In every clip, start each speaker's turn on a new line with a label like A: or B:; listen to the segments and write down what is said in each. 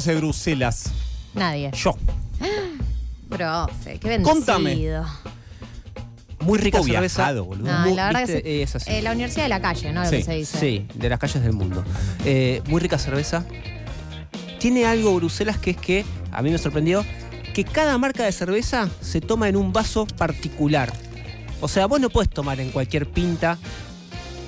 A: de Bruselas?
B: Nadie.
A: Yo.
B: Profe, qué bendecido.
A: Contame.
C: Muy rica
A: Poco
C: cerveza.
A: viajado, boludo.
B: No,
C: Muy-
B: Ah, la verdad que
C: viste,
B: sí.
C: eh, es así.
B: Eh, la universidad de la calle, ¿no? Lo
A: Sí,
B: que se dice.
C: Sí, de las calles del mundo. Eh, muy rica cerveza. Tiene algo Bruselas que es que, a mí me sorprendió, que cada marca de cerveza se toma en un vaso particular. O sea, vos no puedes tomar en cualquier pinta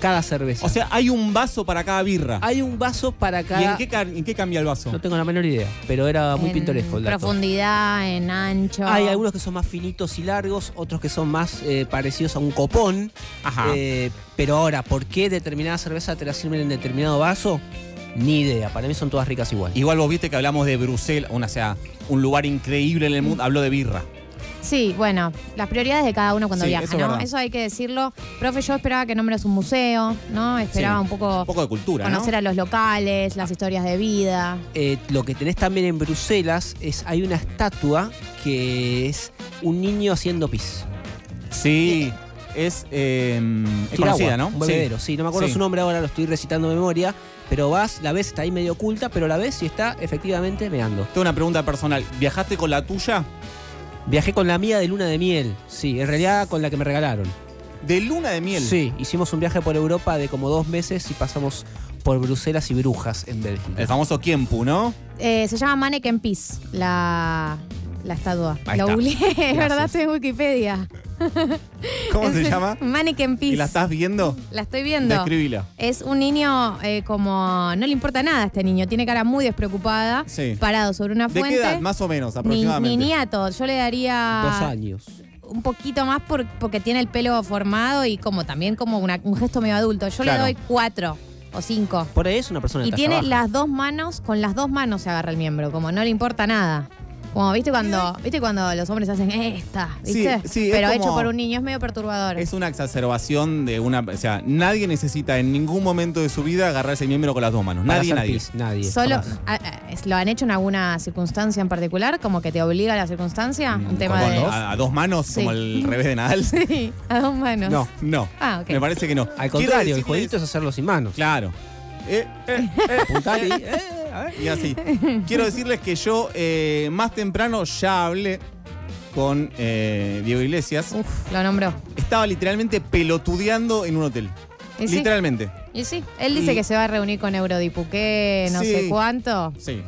C: cada cerveza.
A: O sea, hay un vaso para cada birra.
C: hay un vaso para cada...
A: ¿Y en qué, ca- en qué cambia el vaso?
C: No tengo la menor idea, pero era muy
B: En
C: pintoresco el dato.
B: Profundidad, en ancho.
C: Hay algunos que son más finitos y largos, otros que son más eh, parecidos a un copón.
A: Ajá.
C: Eh, pero ahora, ¿por qué determinada cerveza te la sirven en determinado vaso? Ni idea. Para mí son todas ricas igual.
A: Igual vos viste que hablamos de Bruselas, una, o sea, un lugar increíble en el
C: Mm.
A: mundo. Habló de birra.
B: Sí, bueno, las prioridades de cada uno cuando
A: Sí,
B: viaja,
A: eso es
B: ¿no?
A: verdad.
B: Eso hay que decirlo. Profe, yo esperaba que nombres un museo, ¿no? Esperaba
A: Sí.
B: un
A: Un
C: Oh.
B: poco
A: poco de cultura, ¿no?
B: conocer a los locales, las historias de vida.
C: Eh, lo que tenés también en Bruselas es hay una estatua que es un niño haciendo pis.
A: Sí. Es, eh, es
C: Tira
A: conocida,
C: agua,
A: ¿no?
C: Un bebedero, sí. No me acuerdo
A: Sí.
C: su nombre ahora, lo estoy recitando de memoria. Pero vas, la ves, está ahí medio oculta, pero la ves y está efectivamente meando.
A: Tengo una pregunta personal. ¿Viajaste con la tuya?
C: Viajé con la mía de luna de miel. Sí, en realidad con la que me regalaron.
A: De luna de miel.
C: Sí, hicimos un viaje por Europa de como dos meses y pasamos por Bruselas y Brujas en Bélgica.
A: El famoso Kiempu, ¿no?
B: Eh, se llama Mannequin Peace, la, la estatua.
A: Ahí
B: Lo
A: está.
B: googleé, es verdad, estoy en Wikipedia.
A: ¿Cómo
B: Es
A: se
B: el
A: llama?
B: Mannequin Peace.
A: ¿Y la estás viendo?
B: La estoy viendo.
A: Describila.
B: Es un niño eh, como. No le importa nada a este niño. Tiene cara muy despreocupada.
A: Sí.
B: Parado sobre una
A: ¿De
B: fuente.
A: qué edad? Más o menos,
B: Ni,
A: aproximadamente.
B: niñato. Yo le daría.
C: Dos años.
B: Un poquito más por- porque tiene el pelo formado y como también como una- un gesto medio adulto. Yo
A: Claro.
B: le doy cuatro o cinco.
C: Por ahí es una persona de
B: Y
C: talla
B: tiene
C: baja.
B: las dos manos, con las dos manos se agarra el miembro, como no le importa nada. Como viste cuando, viste cuando los hombres hacen esta,
A: Sí,
B: ¿viste?
A: sí, es
B: Pero
A: como-
B: hecho por un niño es medio perturbador.
A: Es una exacerbación de una. O sea, nadie necesita en ningún momento de su vida agarrar ese miembro con las dos manos.
C: Para
A: Nadie,
C: hacer
A: nadie.
C: pis, nadie.
B: Solo
C: jamás.
B: a- a- es- lo han hecho en alguna circunstancia en particular, como que te obliga a la circunstancia, un tema
A: Con-
B: de
A: con- A, a dos manos,
B: Sí.
A: como el revés de Nadal.
B: Sí, a dos manos.
C: No.
A: No.
B: Ah, ok.
A: Me parece que no.
C: Al
A: Quiero
C: contrario, el
A: decirles-
C: jueguito es hacerlo sin manos.
A: Claro. Eh, eh,
C: Apuntar y, eh, a ver.
A: y así. Quiero decirles que yo eh, más temprano ya hablé con eh, Diego Iglesias.
B: Uf, lo nombró.
A: Estaba literalmente pelotudeando en un hotel.
B: Y sí,
A: Literalmente.
B: y sí. Él dice
A: Y-
B: que se va a reunir con Eurodipuqué, no
A: Sí.
B: sé cuánto,
A: Sí.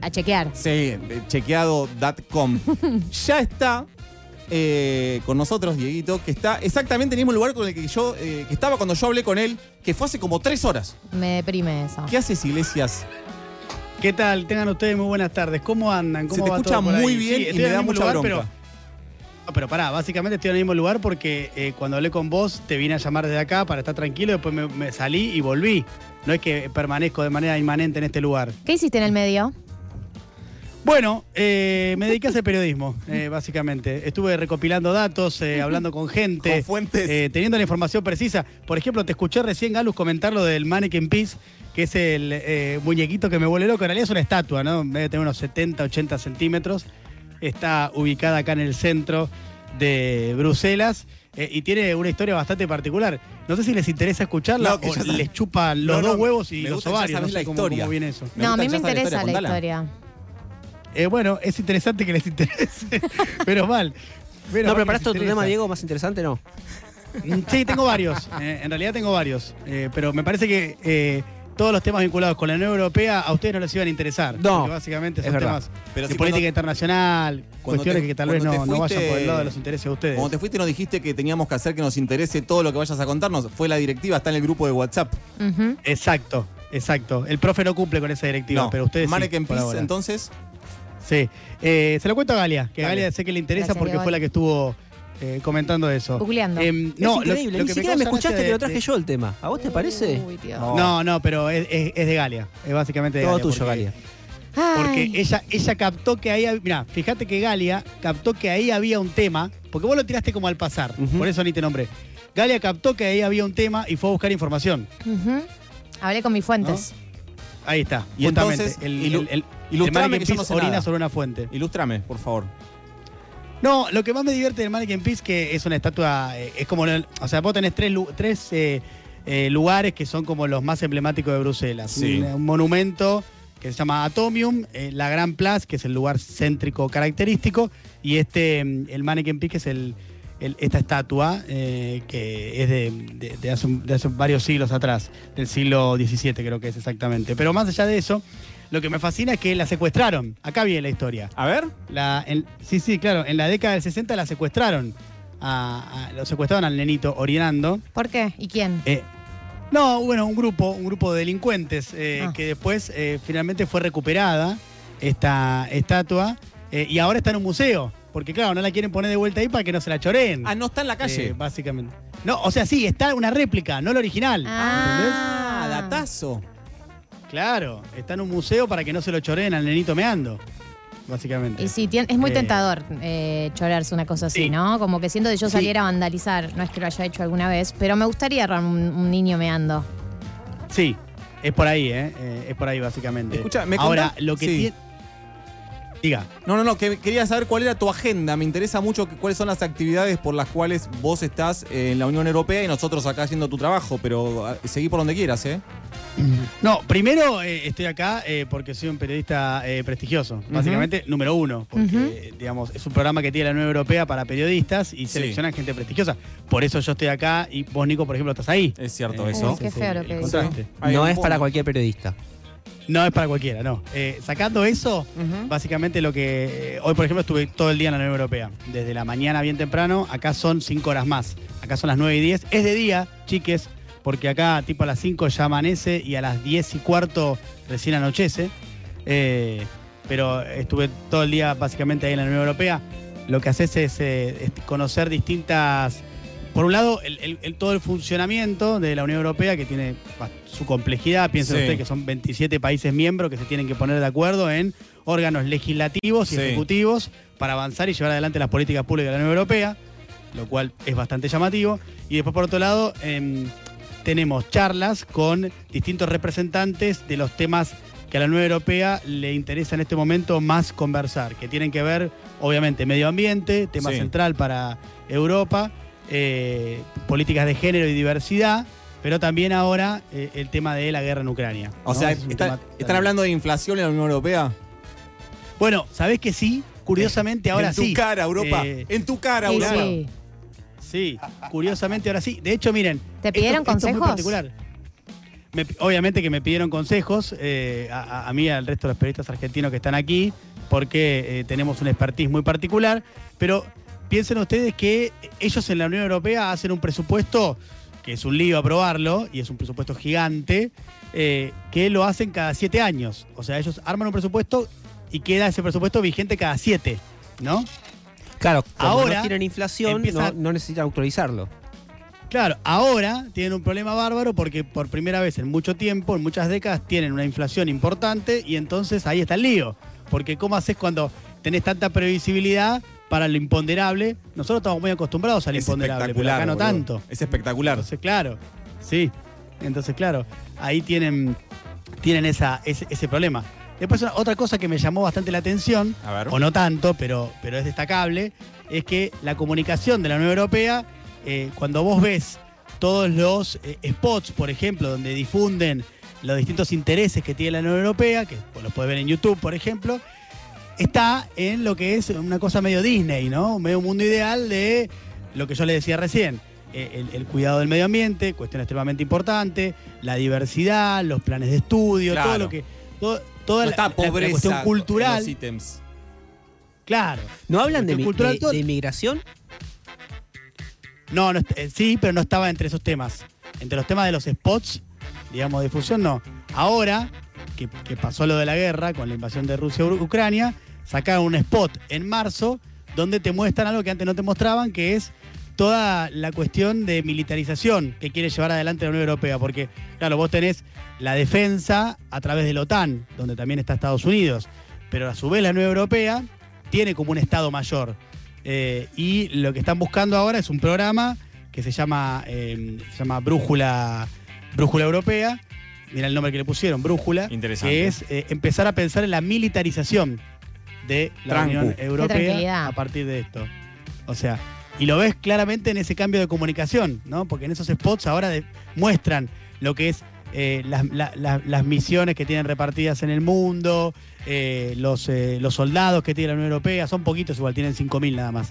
B: a chequear.
A: Sí, chequeado.com. ya está eh, con nosotros, Dieguito, que está exactamente en el mismo lugar con el que yo eh, que estaba cuando yo hablé con él, que fue hace como tres horas.
B: Me deprime eso.
A: ¿Qué haces, Iglesias?
D: ¿Qué tal? Tengan ustedes muy buenas tardes. ¿Cómo andan?
A: Se
D: ¿Cómo
A: te
D: va
A: escucha
D: todo por ahí?
A: muy bien
D: Sí,
A: y
D: estoy
A: me
D: en el
A: da
D: mismo
A: mucha
D: lugar,
A: bronca.
D: Pero, No, pero pará, básicamente estoy en el mismo lugar porque eh, cuando hablé con vos te vine a llamar desde acá para estar tranquilo, después me, me salí y volví. No es que permanezco de manera inmanente en este lugar.
B: ¿Qué hiciste en el medio?
D: Bueno, eh, me dediqué a hacer periodismo, eh, básicamente. Estuve recopilando datos, eh, hablando con gente.
A: Con fuentes.
D: eh, teniendo la información precisa. Por ejemplo, te escuché recién, Galus, comentar lo del Mannequin Peace, que es el eh, muñequito que me vuelve loco. En realidad es una estatua, ¿no? Debe tener unos 70, 80 centímetros. Está ubicada acá en el centro de Bruselas eh, y tiene una historia bastante particular. No sé si les interesa escucharla
A: No, que
D: o
A: ya sabe.
D: les chupan los
A: No, no,
D: dos huevos y
A: me
D: los
A: gusta, ya
D: ovarios. No
A: sabés
D: sé
A: la
D: cómo-
A: historia.
D: cómo viene eso.
A: Me
B: no, a
A: gusta
B: mí me
A: ya saber la
B: interesa la
A: historia,
B: historia.
D: Eh, bueno, es interesante que les interese. Menos
C: No,
D: mal. Menos mal que
C: preparaste
D: les
C: otro
D: interesa.
C: tema, Diego, más interesante, ¿no?
D: Mm, Sí, tengo varios. Eh, en realidad tengo varios. Eh, pero me parece que eh, todos los temas vinculados con la Unión Europea a ustedes no les iban a interesar.
C: No,
D: Porque básicamente
C: es
D: son
C: verdad.
D: temas
A: Pero
D: de
A: si
D: política
A: cuando-
D: internacional,
A: cuando
D: cuestiones
A: te-
D: que tal vez no,
A: cuando te
D: no vayan
A: fuiste-
D: por el lado de los intereses de ustedes.
A: Cuando te fuiste nos dijiste que teníamos que hacer que nos interese todo lo que vayas a contarnos. Fue la directiva, está en el grupo de WhatsApp.
B: Ujú.
D: Exacto, exacto. El profe no cumple con esa directiva, pero ustedes sí.
A: Mannequin
D: por
A: Peace,
D: ahora.
A: entonces.
D: Sí. Eh, se lo cuento a Galia, que a
A: Dale.
D: Galia sé que le interesa
B: Gracias,
D: porque
B: Diego.
D: fue la que estuvo eh, comentando
A: Oh.
D: eso.
B: Googleando.
D: Em, no, lo-
C: es increíble.
D: lo
C: Ni
D: que
C: siquiera me
D: causa gracia
C: escuchaste
D: de-
C: que lo traje
D: de-
C: yo el tema. ¿A vos te parece?
B: Uy, Dios.
D: No, no, pero es, es- es de Galia. Es básicamente de
C: Todo
D: Galia,
C: tuyo,
D: porque-
C: Galia.
D: Porque
B: Ay.
D: ella, ella captó que ahí había. Mirá, fíjate que Galia captó que ahí había un tema. Porque vos lo tiraste como al pasar,
C: Ujú.
D: por eso ni te nombré. Galia captó que ahí había un tema y fue a buscar información.
B: Ujú. Hablé con mis fuentes.
D: Ahí está.
A: Y
D: justamente,
A: entonces,
D: el,
A: ilu-
D: el- el-
A: ilustrame
D: el Mannequin
A: que yo no
D: Peace
A: sé
D: orina
A: nada.
D: sobre una fuente.
A: Ilústrame, por favor.
D: No, lo que más me divierte del Mannequin Peace que es una estatua, eh, es como, lo- o sea, vos tenés tres, lu- tres eh, eh, lugares que son como los más emblemáticos de Bruselas.
A: Sí.
D: Un, un monumento que se llama Atomium, eh, la Gran Place, que es el lugar céntrico característico, y este, mm, el Mannequin Peak, que es el, el- esta estatua eh, que es de, de- de hace, un- de hace varios siglos atrás, del siglo XVII creo que es exactamente. Pero más allá de eso, lo que me fascina es que la secuestraron. Acá viene la historia.
A: A ver.
D: La- en- sí, sí, claro, en la década del 60 la secuestraron. a- a- lo secuestraron al nenito orinando.
B: ¿Por qué? ¿Y quién?
D: Eh, no, bueno, un grupo, un grupo de delincuentes eh,
B: Ah.
D: que después eh, finalmente fue recuperada esta estatua eh, y ahora está en un museo. Porque claro, no la quieren poner de vuelta ahí para que no se la choreen.
A: Ah, no está en la calle.
D: Eh, básicamente. No, o sea, sí, está una réplica, no la original.
A: Ah, datazo.
D: ¿entendés? Claro, está en un museo para que no se lo choreen al nenito meando. Básicamente.
B: Y sí, tien- es muy
D: Eh,
B: tentador eh, chorarse una cosa así,
D: sí.
B: ¿no? Como que siento que yo
D: Sí.
B: saliera a vandalizar, no es que lo haya hecho alguna vez, pero me gustaría errar un, un niño meando.
D: Sí, es por ahí, ¿eh? Eh, es por ahí, básicamente.
A: Escucha, me
D: Ahora,
A: contás-
D: lo que
A: sí.
D: tiene- Diga.
A: No, no, no, que quería saber cuál era tu agenda. Me interesa mucho que- cuáles son las actividades por las cuales vos estás eh, en la Unión Europea y nosotros acá haciendo tu trabajo, pero ah, seguí por donde quieras, ¿eh?
D: No, primero eh, estoy acá eh, porque soy un periodista eh, prestigioso, básicamente número uno, porque
B: Ujú.
D: eh, digamos es un programa que tiene la Unión Europea para periodistas y
A: Sí.
D: seleccionan gente prestigiosa. Por eso yo estoy acá y vos, Nico, por ejemplo, estás ahí.
A: Es cierto
D: Eh,
A: eso.
B: Uy, qué
D: es
B: feo lo
D: el
B: que dice.
D: contraste.
A: Hay
C: No
A: un
C: es para
A: punto.
C: cualquier periodista.
D: No es para cualquiera, no. Eh, sacando eso,
A: Ujú.
D: básicamente lo que. eh, hoy, por ejemplo, estuve todo el día en la Unión Europea. Desde la mañana bien temprano, acá son 5 horas más. Acá son las 9 y 10. Es de día, chiques, porque acá tipo a las 5 ya amanece y a las 10 y cuarto recién anochece. Eh, pero estuve todo el día básicamente ahí en la Unión Europea. Lo que haces es, eh, es conocer distintas. Por un lado, el, el- el- todo el funcionamiento de la Unión Europea, que tiene bah, su complejidad. Piensen
A: Sí.
D: ustedes que son 27 países miembros que se tienen que poner de acuerdo en órganos legislativos y
A: Sí.
D: ejecutivos para avanzar y llevar adelante las políticas públicas de la Unión Europea, lo cual es bastante llamativo. Y después, por otro lado, em, tenemos charlas con distintos representantes de los temas que a la Unión Europea le interesa en este momento más conversar, que tienen que ver, obviamente, medio ambiente, tema
A: Sí.
D: central para Europa, eh, políticas de género y diversidad, pero también ahora eh, el tema de la guerra en Ucrania.
A: O
D: ¿no?
A: sea,
D: Es un
A: está-
D: tema
A: ¿están
D: también.
A: hablando de inflación en la Unión Europea?
D: Bueno, ¿sabés que sí? Curiosamente ahora
A: en tu
D: sí.
A: cara, Europa.
D: Eh,
A: en tu cara,
B: Sí,
A: Europa.
B: sí.
D: Sí, curiosamente ahora sí. De hecho, miren.
B: ¿Te pidieron
D: esto- esto es muy
B: consejos?
D: particular. Me pi- obviamente que me pidieron consejos eh, a, a- a mí y al resto de los periodistas argentinos que están aquí, porque eh, tenemos un expertise muy particular. Pero piensen ustedes que ellos en la Unión Europea hacen un presupuesto que es un lío aprobarlo y es un presupuesto gigante, eh, que lo hacen cada siete años. O sea, ellos arman un presupuesto y queda ese presupuesto vigente cada siete, ¿no?
C: Claro, como
D: Ahora
C: no tienen inflación,
D: empieza-
C: no, no necesitan actualizarlo.
D: Claro, ahora tienen un problema bárbaro porque por primera vez en mucho tiempo, en muchas décadas, tienen una inflación importante y entonces ahí está el lío. Porque ¿cómo haces cuando tenés tanta previsibilidad para lo imponderable? Nosotros estamos muy acostumbrados al
A: Es
D: imponderable, pero
A: espectacular.
D: acá no
A: boludo.
D: tanto.
A: Es espectacular.
D: Entonces, claro, sí. Entonces, claro, ahí tienen, tienen esa, ese, ese problema. Después, una- otra cosa que me llamó bastante la atención
A: A ver.
D: o no tanto, pero, pero es destacable, es que la comunicación de la Unión Europea, eh, cuando vos ves todos los eh, spots, por ejemplo, donde difunden los distintos intereses que tiene la Unión Europea, que vos los podés ver en YouTube, por ejemplo, está en lo que es una cosa medio Disney, ¿no? Medio mundo ideal de lo que yo le decía recién. eh, El, el cuidado del medio ambiente, cuestión extremadamente importante, la diversidad, los planes de estudio,
A: Claro.
D: todo lo que. todo- toda
A: No
D: la-
A: está
D: la- la,
A: pobreza eh,
D: cuestión
A: en
D: cultural.
A: los ítems.
D: Claro.
C: ¿No hablan de, mi-
D: Cultural
C: de-
D: todo.
C: de inmigración?
D: No, no est- eh, sí, pero no estaba entre esos temas. Entre los temas de los spots, digamos, de difusión, no. Ahora, que, que pasó lo de la guerra con la invasión de Rusia a Ur- Ucrania, sacaron un spot en marzo donde te muestran algo que antes no te mostraban, que es toda la cuestión de militarización que quiere llevar adelante la Unión Europea. Porque, claro, vos tenés la defensa a través de la OTAN, donde también está Estados Unidos. Pero a su vez la Unión Europea tiene como un Estado mayor. Eh, y lo que están buscando ahora es un programa que se llama, eh, se llama Brújula, Brújula Europea. Mira el nombre que le pusieron, Brújula.
A: Interesante.
D: Que es eh, empezar a pensar en la militarización de la
A: Tranqui.
D: Unión
A: Qué
D: Europea
B: tranquilidad.
D: a partir de esto. O sea, y lo ves claramente en ese cambio de comunicación, ¿no? Porque en esos spots ahora de- muestran lo que es eh, las, la- la- las misiones que tienen repartidas en el mundo, eh, los, eh, los soldados que tiene la Unión Europea, son poquitos igual, tienen 5.000 nada más.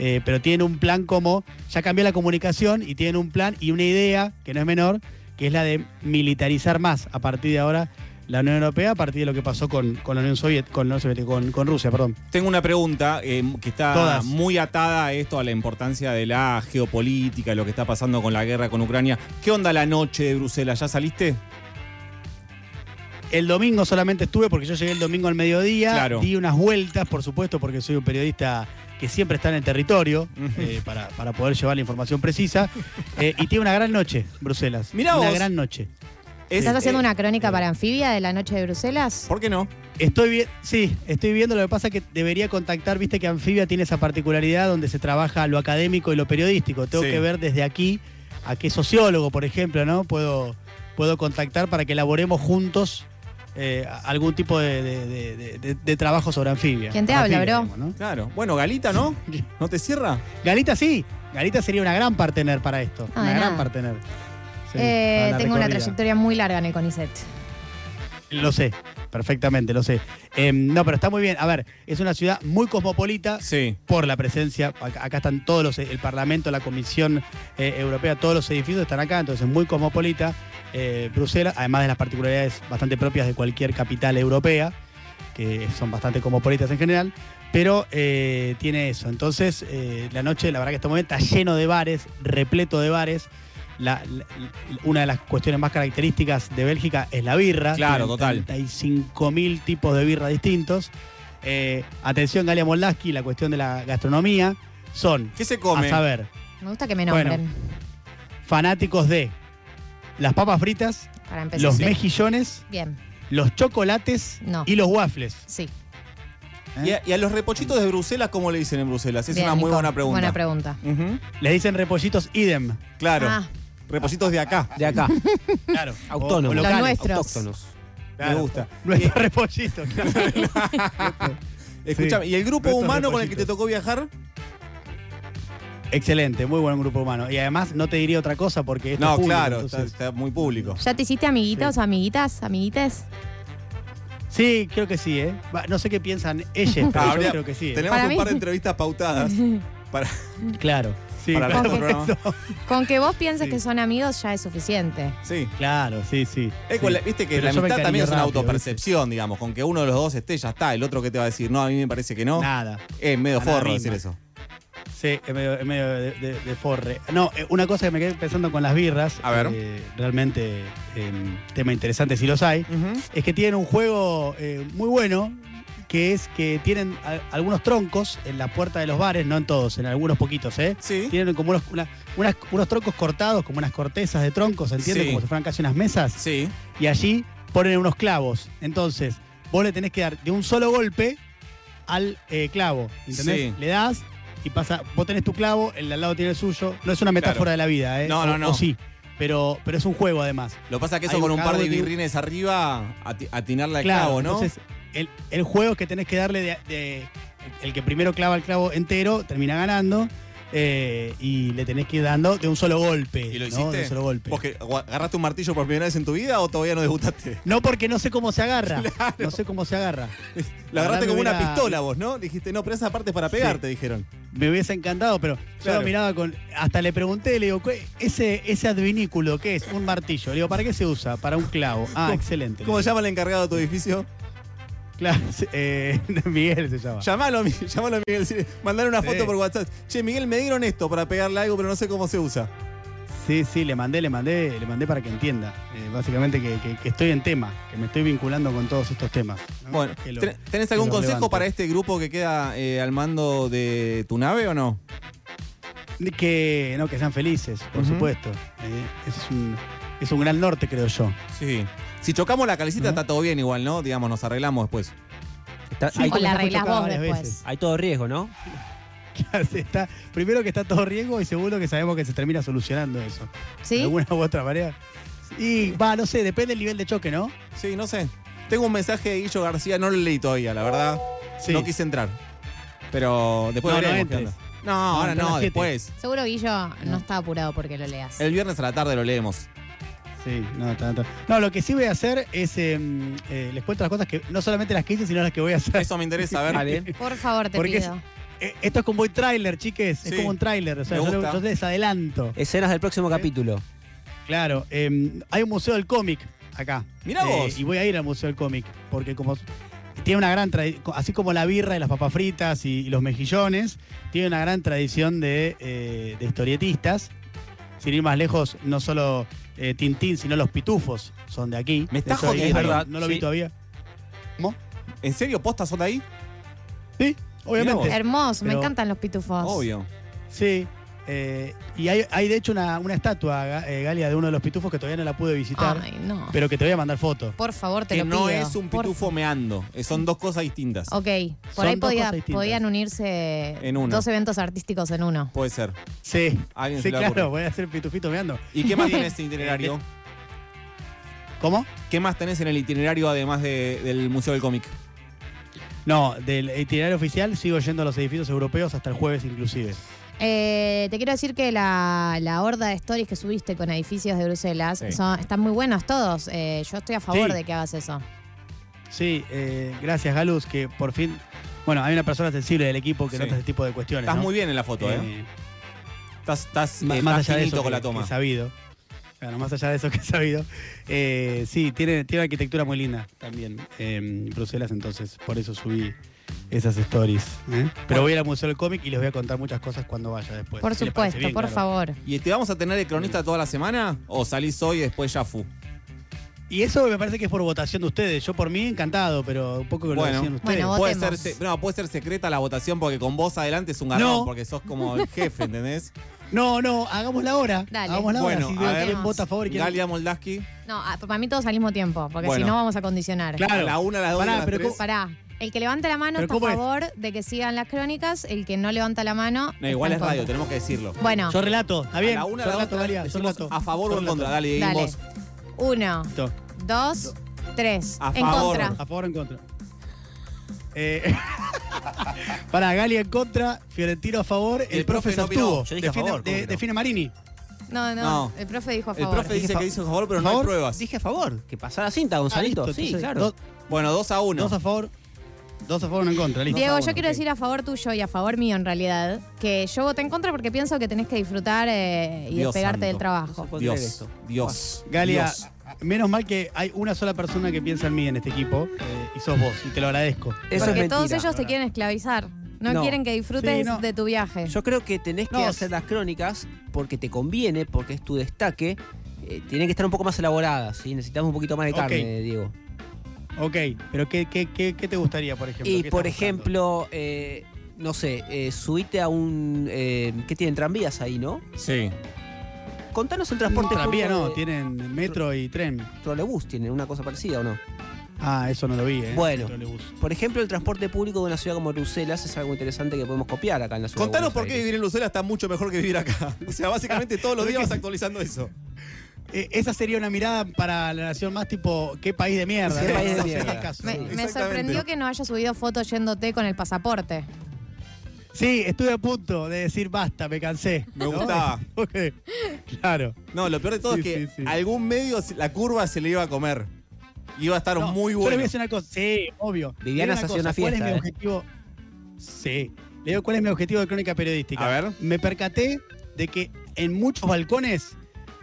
D: Eh, pero tienen un plan como, ya cambió la comunicación y tienen un plan y una idea, que no es menor, que es la de militarizar más a partir de ahora la Unión Europea, a partir de lo que pasó con, con la Unión Soviética, con, la Unión Soviética, con, con Rusia, perdón.
A: Tengo una pregunta eh, que está
D: Todas.
A: muy atada a esto, a la importancia de la geopolítica, lo que está pasando con la guerra con Ucrania. ¿Qué onda la noche de Bruselas? ¿Ya saliste?
D: El domingo solamente estuve porque yo llegué el domingo al mediodía,
A: Claro.
D: di unas vueltas, por supuesto, porque soy un periodista que siempre está en el territorio eh, para, para poder llevar la información precisa. Eh, y tiene una gran noche, Bruselas.
A: Mirá
D: una
A: vos.
D: gran noche.
A: Es-
B: ¿Estás haciendo
A: eh,
B: una crónica para anfibia de la noche de Bruselas?
A: ¿Por qué no?
D: Estoy bien, sí, estoy viendo lo que pasa es que debería contactar, viste que Anfibia tiene esa particularidad donde se trabaja lo académico y lo periodístico. Tengo
A: Sí.
D: que ver desde aquí a qué sociólogo, por ejemplo, ¿no? Puedo, puedo contactar para que elaboremos juntos eh, a- algún tipo de, de- de- de- de- de trabajo sobre anfibia.
B: ¿Quién te
D: Anfibia,
B: habla, bro?
D: digamos, ¿no?
A: Claro. Bueno, Galita, ¿no? ¿No te cierra?
D: Galita sí, Galita sería una gran partener para esto.
B: Ah,
D: una
B: de
D: gran
B: nada.
D: partener. Sí,
B: Eh,
D: para la
B: tengo una
D: recorrida.
B: trayectoria muy larga en el CONICET.
D: Lo sé, perfectamente, lo sé. Em, no, pero está muy bien. A ver, es una ciudad muy cosmopolita
A: Sí.
D: por la presencia. Acá, acá están todos los, el Parlamento, la Comisión eh, Europea, todos los edificios están acá, entonces muy cosmopolita. eh, Bruselas, además de las particularidades bastante propias de cualquier capital europea, que son bastante cosmopolitas en general, pero eh, tiene eso. Entonces, eh, la noche, la verdad que este momento está lleno de bares, repleto de bares. La- la- la- una de las cuestiones más características de Bélgica es la birra.
A: Claro, total.
D: 35.000 tipos de birra distintos. Eh, atención, Galia Moldaski, la cuestión de la gastronomía. Son,
A: ¿Qué se
D: a
A: come?
D: saber,
B: Me gusta que me
D: Bueno,
B: nombren.
D: fanáticos de las papas fritas,
B: para empezar.
D: los
B: Sí.
D: mejillones,
B: Bien,
D: los chocolates
B: No.
D: y los waffles.
B: sí.
D: ¿eh?
A: ¿Y, a, y a los repochitos de Bruselas cómo le dicen en Bruselas? Es
B: bien,
A: una muy
B: Nico.
A: buena pregunta.
B: Buena pregunta.
A: Ujú.
D: Les dicen repollitos idem.
A: Claro.
B: Ah,
A: Repochitos de acá.
C: De acá,
D: Claro.
C: autónomos.
B: Los
D: locales.
B: nuestros.
C: autóctonos.
A: Me gusta. Eh,
D: Nuestros repollitos, claro.
A: Escúchame, ¿y el grupo
D: Nuestros
A: humano con el que te
D: repochitos.
A: tocó viajar?
D: Excelente, muy buen grupo humano. Y además no te diría otra cosa porque esto
A: No,
D: es público,
A: claro, está,
D: entonces-
A: está muy público.
B: ¿Ya te hiciste amiguitos, amiguitas, amiguites?
D: Sí, creo que sí, ¿eh? Va, No sé qué piensan ellas, pero
A: Ah,
D: yo
A: habría-
D: creo que sí. ¿eh?
A: Tenemos
B: Para
A: un
B: mí-
A: par de entrevistas pautadas para,
D: Claro. Sí,
A: para el
D: claro.
A: otro programa.
B: Con que vos pienses
D: Sí.
B: que son amigos ya es suficiente.
A: Sí.
D: Claro, sí, sí.
A: Es
D: sí.
A: con la- Viste que
D: Pero
A: la
D: yo me
A: amistad también es una
D: encariño rápido,
A: autopercepción, digamos. Con que uno de los dos esté, ya está. El otro que te va a decir, no, a mí me parece que no.
D: Nada.
A: Es medio
D: a la
A: forro
D: misma.
A: decir eso.
D: Sí, es medio, es medio de, de- de forre. No, eh, una cosa que me quedé pensando con las birras.
A: A ver.
D: eh, realmente, eh, tema interesante si los hay. es que tienen un juego eh, muy bueno, que es que tienen a- algunos troncos en la puerta de los bares, no en todos, en algunos poquitos, ¿eh?
A: Sí.
D: Tienen como unos, una- unas- unos troncos cortados, como unas cortezas de troncos, ¿entiendes?
A: Sí.
D: Como si fueran casi unas mesas.
A: Sí.
D: Y allí ponen unos clavos. Entonces, vos le tenés que dar de un solo golpe al eh, clavo, ¿entendés?
A: Sí.
D: Le das y pasa, vos tenés tu clavo, el de al lado tiene el suyo. No es una metáfora
A: Claro.
D: de la vida, ¿eh?
A: No,
D: O-
A: no, no.
D: o sí, pero, pero es un juego además.
A: Lo pasa que eso
D: Hay
A: con un
D: cada
A: par de
D: uno tiene-
A: birrines arriba, ati- atinarla al
D: Claro,
A: clavo, ¿no?
D: Entonces, el, el juego es que tenés que darle de, de- el que primero clava el clavo entero, termina ganando. eh, y le tenés que ir dando de un solo golpe.
A: ¿Y lo
D: ¿no?
A: hiciste?
D: De un solo golpe.
A: ¿Vos que agua- agarraste un martillo por primera vez en tu vida o todavía no degustaste?
D: No porque no sé cómo se agarra. No sé cómo se agarra.
A: La
D: La verdad
A: agarraste
D: me
A: como una
D: hubiera-
A: pistola vos, ¿no? Dijiste, no, pero esa parte es para pegar, te dijeron.
D: Me hubiese encantado, pero yo
A: Claro.
D: lo miraba con. Hasta le pregunté, le digo, "¿Qué- ese, ese advinículo, ¿qué es? Un martillo. Le digo, ¿para qué se usa? Para un clavo. Ah,
A: ¿Cómo-
D: excelente.
A: ¿Cómo
D: Le
A: se llama el encargado de tu edificio?
D: digo. Claro, sí, eh, Miguel se llama.
A: Llamalo, Mi- llamalo a Miguel. sí, Mandale una
D: Sí.
A: foto por WhatsApp. Che, Miguel, me dieron esto para pegarle algo, pero no sé cómo se usa.
D: Sí, sí, le mandé, le mandé, le mandé para que entienda. Eh, básicamente que, que- que estoy en tema, que me estoy vinculando con todos estos temas. ¿no?
A: Bueno,
D: Que lo-
A: ¿ten- ¿tenés
D: que
A: algún
D: lo
A: consejo
D: levante.
A: para este grupo que queda eh, al mando de tu nave o no?
D: que no, que sean felices, por
A: Ujú.
D: supuesto. Eh, ese es un, es un gran norte, creo yo.
A: Sí. Si chocamos la calecita está todo bien igual, ¿no? Digamos, nos arreglamos después.
C: Está-
D: Sí,
C: hay,
B: o
D: porque
B: la
D: ya fue
B: arreglás
D: tocado
B: vos
D: varias
B: después.
D: veces.
C: hay todo riesgo, ¿no?
D: Está- primero que está todo riesgo y segundo que sabemos que se termina solucionando eso. De
B: ¿Sí?
D: alguna u otra manera. Y va, no sé, depende del nivel de choque, ¿no?
A: Sí, no sé. Tengo un mensaje de Guillo García, no lo leí todavía, la verdad.
D: Sí.
A: No quise entrar. Pero después
D: No, no
A: veremos qué
D: entres.
A: onda. No, ahora
D: entra a
A: no,
D: las siete.
A: después.
B: Seguro Guillo no está apurado porque lo leas.
A: El viernes a la tarde lo leemos.
D: Sí, no, tanto. No, lo que sí voy a hacer es. em, eh, les cuento las cosas que. No solamente las que hice, sino las que voy a hacer.
A: Eso me interesa, a ver.
C: Vale.
B: Por favor, te
D: Porque es-
B: pido.
D: Eh, esto es como un tráiler, chiques.
A: Sí.
D: Es como un tráiler. O sea,
A: Me
D: yo,
A: gusta.
D: yo les adelanto.
C: Escenas del próximo capítulo.
D: Claro. em, hay un museo del cómic acá. Eh,
A: Mirá vos.
D: Y voy a ir al museo del cómic. Porque como. Tiene una gran tradición. Así como la birra y las papas fritas y, y los mejillones, tiene una gran tradición de, eh, de historietistas. Sin ir más lejos, no solo eh, Tintín, sino los pitufos son de aquí.
A: Me estás
D: De hecho,
A: jodiendo.
D: es verdad, No lo vi
C: Sí.
D: todavía.
A: ¿En serio? ¿Postas son de ahí?
D: Sí, obviamente.
A: vos.
B: Hermoso, me
D: Pero-
B: encantan los pitufos.
A: Obvio.
D: Sí. eh, y hay, hay, de hecho una, una estatua, Ga- eh, Galia, de uno de los pitufos que todavía no la pude visitar,
B: Ay, no.
D: pero que te voy a mandar foto.
B: por favor, te
A: Que
B: lo
A: no
B: pido.
A: es un
B: Por
A: pitufo meando. Eh, Son dos cosas distintas.
B: Ok, por
D: Son
B: ahí
D: dos
B: podía-
D: cosas distintas.
B: podían unirse
A: En uno.
B: dos eventos artísticos en uno.
A: Puede ser.
D: Sí,
A: Alguien se
D: sí,
A: le ocurre.
D: claro, voy a hacer pitufito meando.
A: ¿Y qué más tenés en el itinerario?
D: ¿Cómo?
A: ¿Qué más tenés en el itinerario además de- del Museo del Cómic?
D: No, del itinerario oficial sigo yendo a los edificios europeos hasta el jueves inclusive.
B: Eh, te quiero decir que la, la horda de stories que subiste con edificios de Bruselas
A: Sí.
B: son- están muy buenos todos. Eh, yo estoy a favor
D: Sí. Pues
B: de que hagas eso.
D: Sí, eh, gracias Galus, que por fin... Bueno, hay una persona sensible del equipo que
A: Sí.
D: nota este tipo de cuestiones.
A: Estás
D: ¿no?
A: muy bien en la foto, ¿eh?
D: Eh,
A: Estás, estás, eh,
D: Ma-
A: estás
D: más allá de
A: finito
D: eso
A: con
D: que,
A: la toma.
D: que sabido. Claro, más allá de eso que he sabido. Eh, sí, tiene, tiene arquitectura muy linda también. eh, Bruselas, entonces, por eso subí esas stories. ¿eh? Pero voy a ir al Museo del Cómic y les voy a contar muchas cosas cuando vaya después.
B: Por
D: si les
B: supuesto,
D: parece bien,
B: por
D: claro.
B: favor.
A: ¿Y te vamos a tener el cronista toda la semana? ¿O salís hoy y después ya fu?
D: Y eso me parece que es por votación de ustedes. Yo por mí encantado, pero un poco que
A: Bueno.
D: lo decían ustedes.
B: Bueno,
A: Puede ser,
B: Votemos.
A: se- no, puede ser secreta la votación porque con vos adelante es un garrón,
D: No.
A: porque sos como el jefe, ¿entendés?
D: No, no, hagámosla ahora.
B: Dale.
D: Hagámosla ahora.
A: Bueno,
D: si
A: a
D: veo
A: ver.
D: quién vota a favor y quién-
A: Galia Moldaski.
B: No, a- para mí todos al mismo tiempo, porque
A: Bueno.
B: si no vamos a condicionar.
D: Claro.
A: A la una, a las dos, y
D: Pará,
A: a las
D: pero
A: tres.
D: ¿cómo-
B: Pará. El que levanta la mano
D: Pero
B: está a
D: ¿cómo es?
B: favor de que sigan las crónicas, el que no levanta la mano.
A: No,
B: está
A: igual
B: en
A: es radio,
B: contra.
A: tenemos que decirlo.
B: Bueno,
D: Yo relato, ¿está bien?
A: A la una, a
D: Yo
A: las
D: relato,
A: dos,
D: Galia, yo
A: decimos
D: relato.
A: a favor
D: Yo
A: o en
D: relato.
A: contra. Dale, Dieguín,
B: dale.
A: vos.
B: Uno,
D: Listo.
B: dos, tres.
A: A
B: en
A: favor.
B: contra.
D: A favor o en contra. Eh, para Galia en contra, Fiorentino a favor, el,
A: el profe
D: profe se
A: no opinó.
D: abstuvo.
C: Yo dije a
D: Define-
C: favor, ¿cómo que no?
D: define Marini.
B: No, no,
A: No.
B: El profe dijo a
A: El
B: favor.
A: profe dice que hizo a favor, pero
D: ¿A
A: no hay
D: favor?
A: pruebas.
C: Dije a favor, que pasara cinta, Gonzalito.
D: Ah, listo,
C: sí,
D: entonces,
C: claro.
D: Dos,
A: Bueno, dos a uno.
D: dos a favor, dos a favor o en contra. Listo.
B: Diego,
A: a
B: yo
A: uno,
B: quiero
A: ok.
B: decir a favor tuyo y a favor mío en realidad, que yo voté en contra porque pienso que tenés que disfrutar eh, y
A: Dios
B: despegarte
A: santo.
B: del trabajo.
C: No se puede creer
A: Dios,
C: esto.
A: Dios.
D: Galia,
A: Dios.
D: menos mal que hay una sola persona que piensa en mí en este equipo eh, y sos vos, y te lo agradezco.
C: Eso
B: porque
C: es
B: todos
C: mentira.
B: ellos te quieren esclavizar. No,
C: No.
B: quieren que disfrutes
D: Sí, no.
B: de tu viaje.
C: Yo creo que tenés que
D: No,
C: hacer las crónicas porque te conviene, porque es tu destaque. Eh, tienen que estar un poco más elaboradas, ¿sí? necesitamos un poquito más de
D: Ok.
C: carne, Diego.
D: Ok, pero ¿qué, qué, qué, qué te gustaría, por ejemplo?
C: Y
D: ¿Qué
C: por
D: estás buscando?
C: ejemplo, eh, no sé, eh, subite a un. eh, ¿Qué tienen? Tranvías ahí, ¿no?
A: Sí.
C: Contanos el transporte.
D: No, tranvía
C: público
D: no,
C: de-
D: tienen metro y tren.
C: Trolebús tienen una cosa parecida o no.
D: Ah, eso no lo vi, ¿eh?
C: Bueno.
D: Trolebús.
C: Por ejemplo, el transporte público de una ciudad como Bruselas es algo interesante que podemos copiar acá en la ciudad. de
A: Contanos
C: Buenos
A: por qué
C: Aires.
A: vivir en Lucela está mucho mejor que vivir acá. O sea, básicamente todos los días vas actualizando eso.
D: Eh, esa sería una mirada para la nación más tipo, qué país de mierda.
C: Qué
D: ¿no?
C: país de
D: Ese sería
C: mierda.
D: el caso.
B: me,
A: Sí,
B: me
A: exactamente.
B: sorprendió que no haya subido foto yéndote con el pasaporte.
D: Sí, estuve a punto de decir basta, me cansé.
A: Me
D: ¿no?
A: gustaba.
D: Ok, Claro.
A: No, lo peor de todo
D: Sí,
A: es que
D: sí, sí.
A: algún medio se- la curva se le iba a comer. Iba a estar
D: No,
A: muy
D: Yo les
A: bueno.
D: voy a decir una cosa. Sí, obvio.
C: Viviana
D: Les
C: se
D: digo
C: hacía una
D: cosa, ¿Cuál es mi
C: fiesta, eh.
D: objetivo? Sí. Le digo, ¿cuál es mi objetivo de crónica periodística?
A: A ver.
D: Me percaté de que en muchos balcones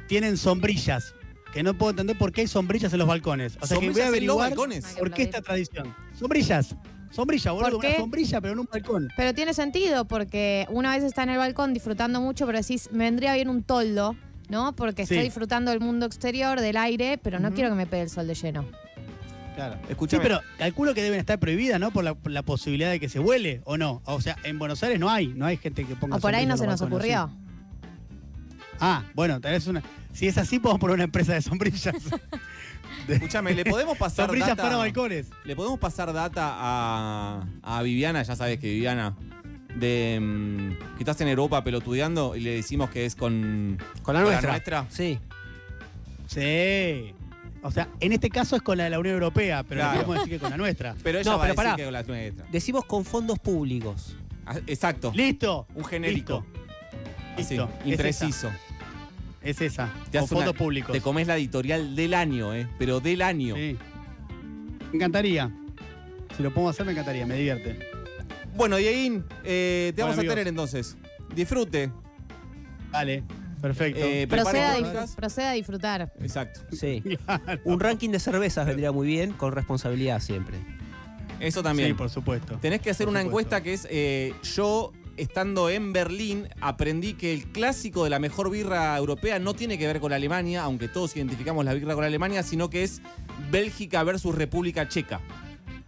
D: tienen sombrillas. Que no puedo entender por qué hay sombrillas en los balcones. O sea, que voy
A: Sombrillas en
D: a
A: los
D: averiguar
A: balcones.
D: por qué esta tradición. Sombrillas. Sombrilla, boludo.
B: ¿Por
D: Una
B: qué?
D: sombrilla, pero en un balcón.
B: Pero tiene sentido porque una vez está en el balcón disfrutando mucho, pero decís, me vendría bien un toldo, ¿no? Porque
D: Sí.
B: estoy disfrutando del mundo exterior, del aire, pero no
D: Ujú.
B: quiero que me pegue el sol de lleno.
D: Claro. Sí,
A: Escuchame.
D: pero calculo que deben estar prohibidas, ¿no? Por la, por la posibilidad de que se vuele o no. O sea, en Buenos Aires no hay, no hay gente que ponga.
B: O por ahí no
D: sombrilla
B: se
D: en los
B: nos
D: balcones, ¿sí?
B: ocurrió.
D: Ah, bueno, tal vez una. Si es así, podemos poner una empresa de sombrillas.
A: Escuchame, ¿le podemos pasar
D: sombrillas
A: data?
D: para balcones.
A: ¿Le podemos pasar data a, a Viviana? Ya sabes que Viviana. De mm, que estás en Europa pelotudeando y le decimos que es con.
C: Con la
A: con la
C: nuestra.
A: nuestra.
C: Sí.
D: Sí. O sea, en este caso es con la de la Unión Europea, pero
A: Claro.
D: no podemos decir que con la nuestra.
A: Pero ella
C: No,
A: va
C: pero
A: a decir
C: pará.
A: que con la nuestra.
C: Decimos con fondos públicos.
A: Ah, Exacto.
D: Listo.
A: Un genérico.
D: Listo.
A: Así,
D: Listo. Es
A: impreciso.
D: es esa.
A: Te
D: o
A: hace una-
D: fondos públicos.
A: Te comes la editorial del año, ¿eh? Pero del año.
D: Sí. Me encantaría. Si lo podemos hacer, me encantaría, me divierte.
A: Bueno, Dieguín, eh, te
D: Bueno,
A: vamos a
D: amigos.
A: tener entonces. Disfrute.
D: Dale, perfecto.
A: Eh, prepara
B: Proceda a,
A: un
B: disfr-
A: podcast.
B: proceda a disfrutar.
A: Exacto.
C: Sí. Un ranking de cervezas vendría muy bien, con responsabilidad siempre.
A: Eso
D: Sí,
A: también.
D: por supuesto.
A: Tenés que hacer
D: Por
A: una
D: supuesto.
A: encuesta que es eh, yo estando en Berlín aprendí que el clásico de la mejor birra europea no tiene que ver con Alemania, aunque todos identificamos la birra con Alemania, sino que es Bélgica versus República Checa.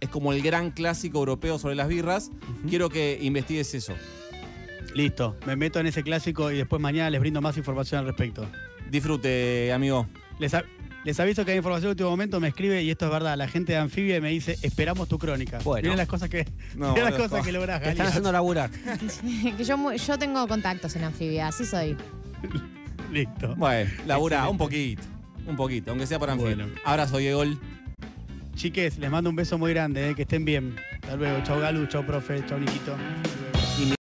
A: Es como el gran clásico europeo sobre las birras. Quiero que investigues eso.
D: Listo, me meto en ese clásico y después mañana les brindo más información al respecto.
A: Disfrute, amigo.
D: Les, a- les aviso que hay información de último momento, me escribe, y esto es verdad, la gente de Anfibia me dice, esperamos tu crónica.
C: Bueno.
D: Miren las cosas que,
A: No,
D: mirá las
A: boludo.
D: cosas que lográs,
C: Te están
D: Galia.
C: haciendo laburar.
B: que yo, mu- yo tengo contactos en anfibia, así soy.
D: Listo.
A: Bueno, labura
D: Excelente.
A: un poquito. Un poquito, aunque sea por anfibio.
D: Bueno.
A: Abrazo, Diego.
D: Chiques, les mando un beso muy grande, eh, que estén bien. Hasta luego, chau Galu, chau profe, chau Niquito. Hasta luego.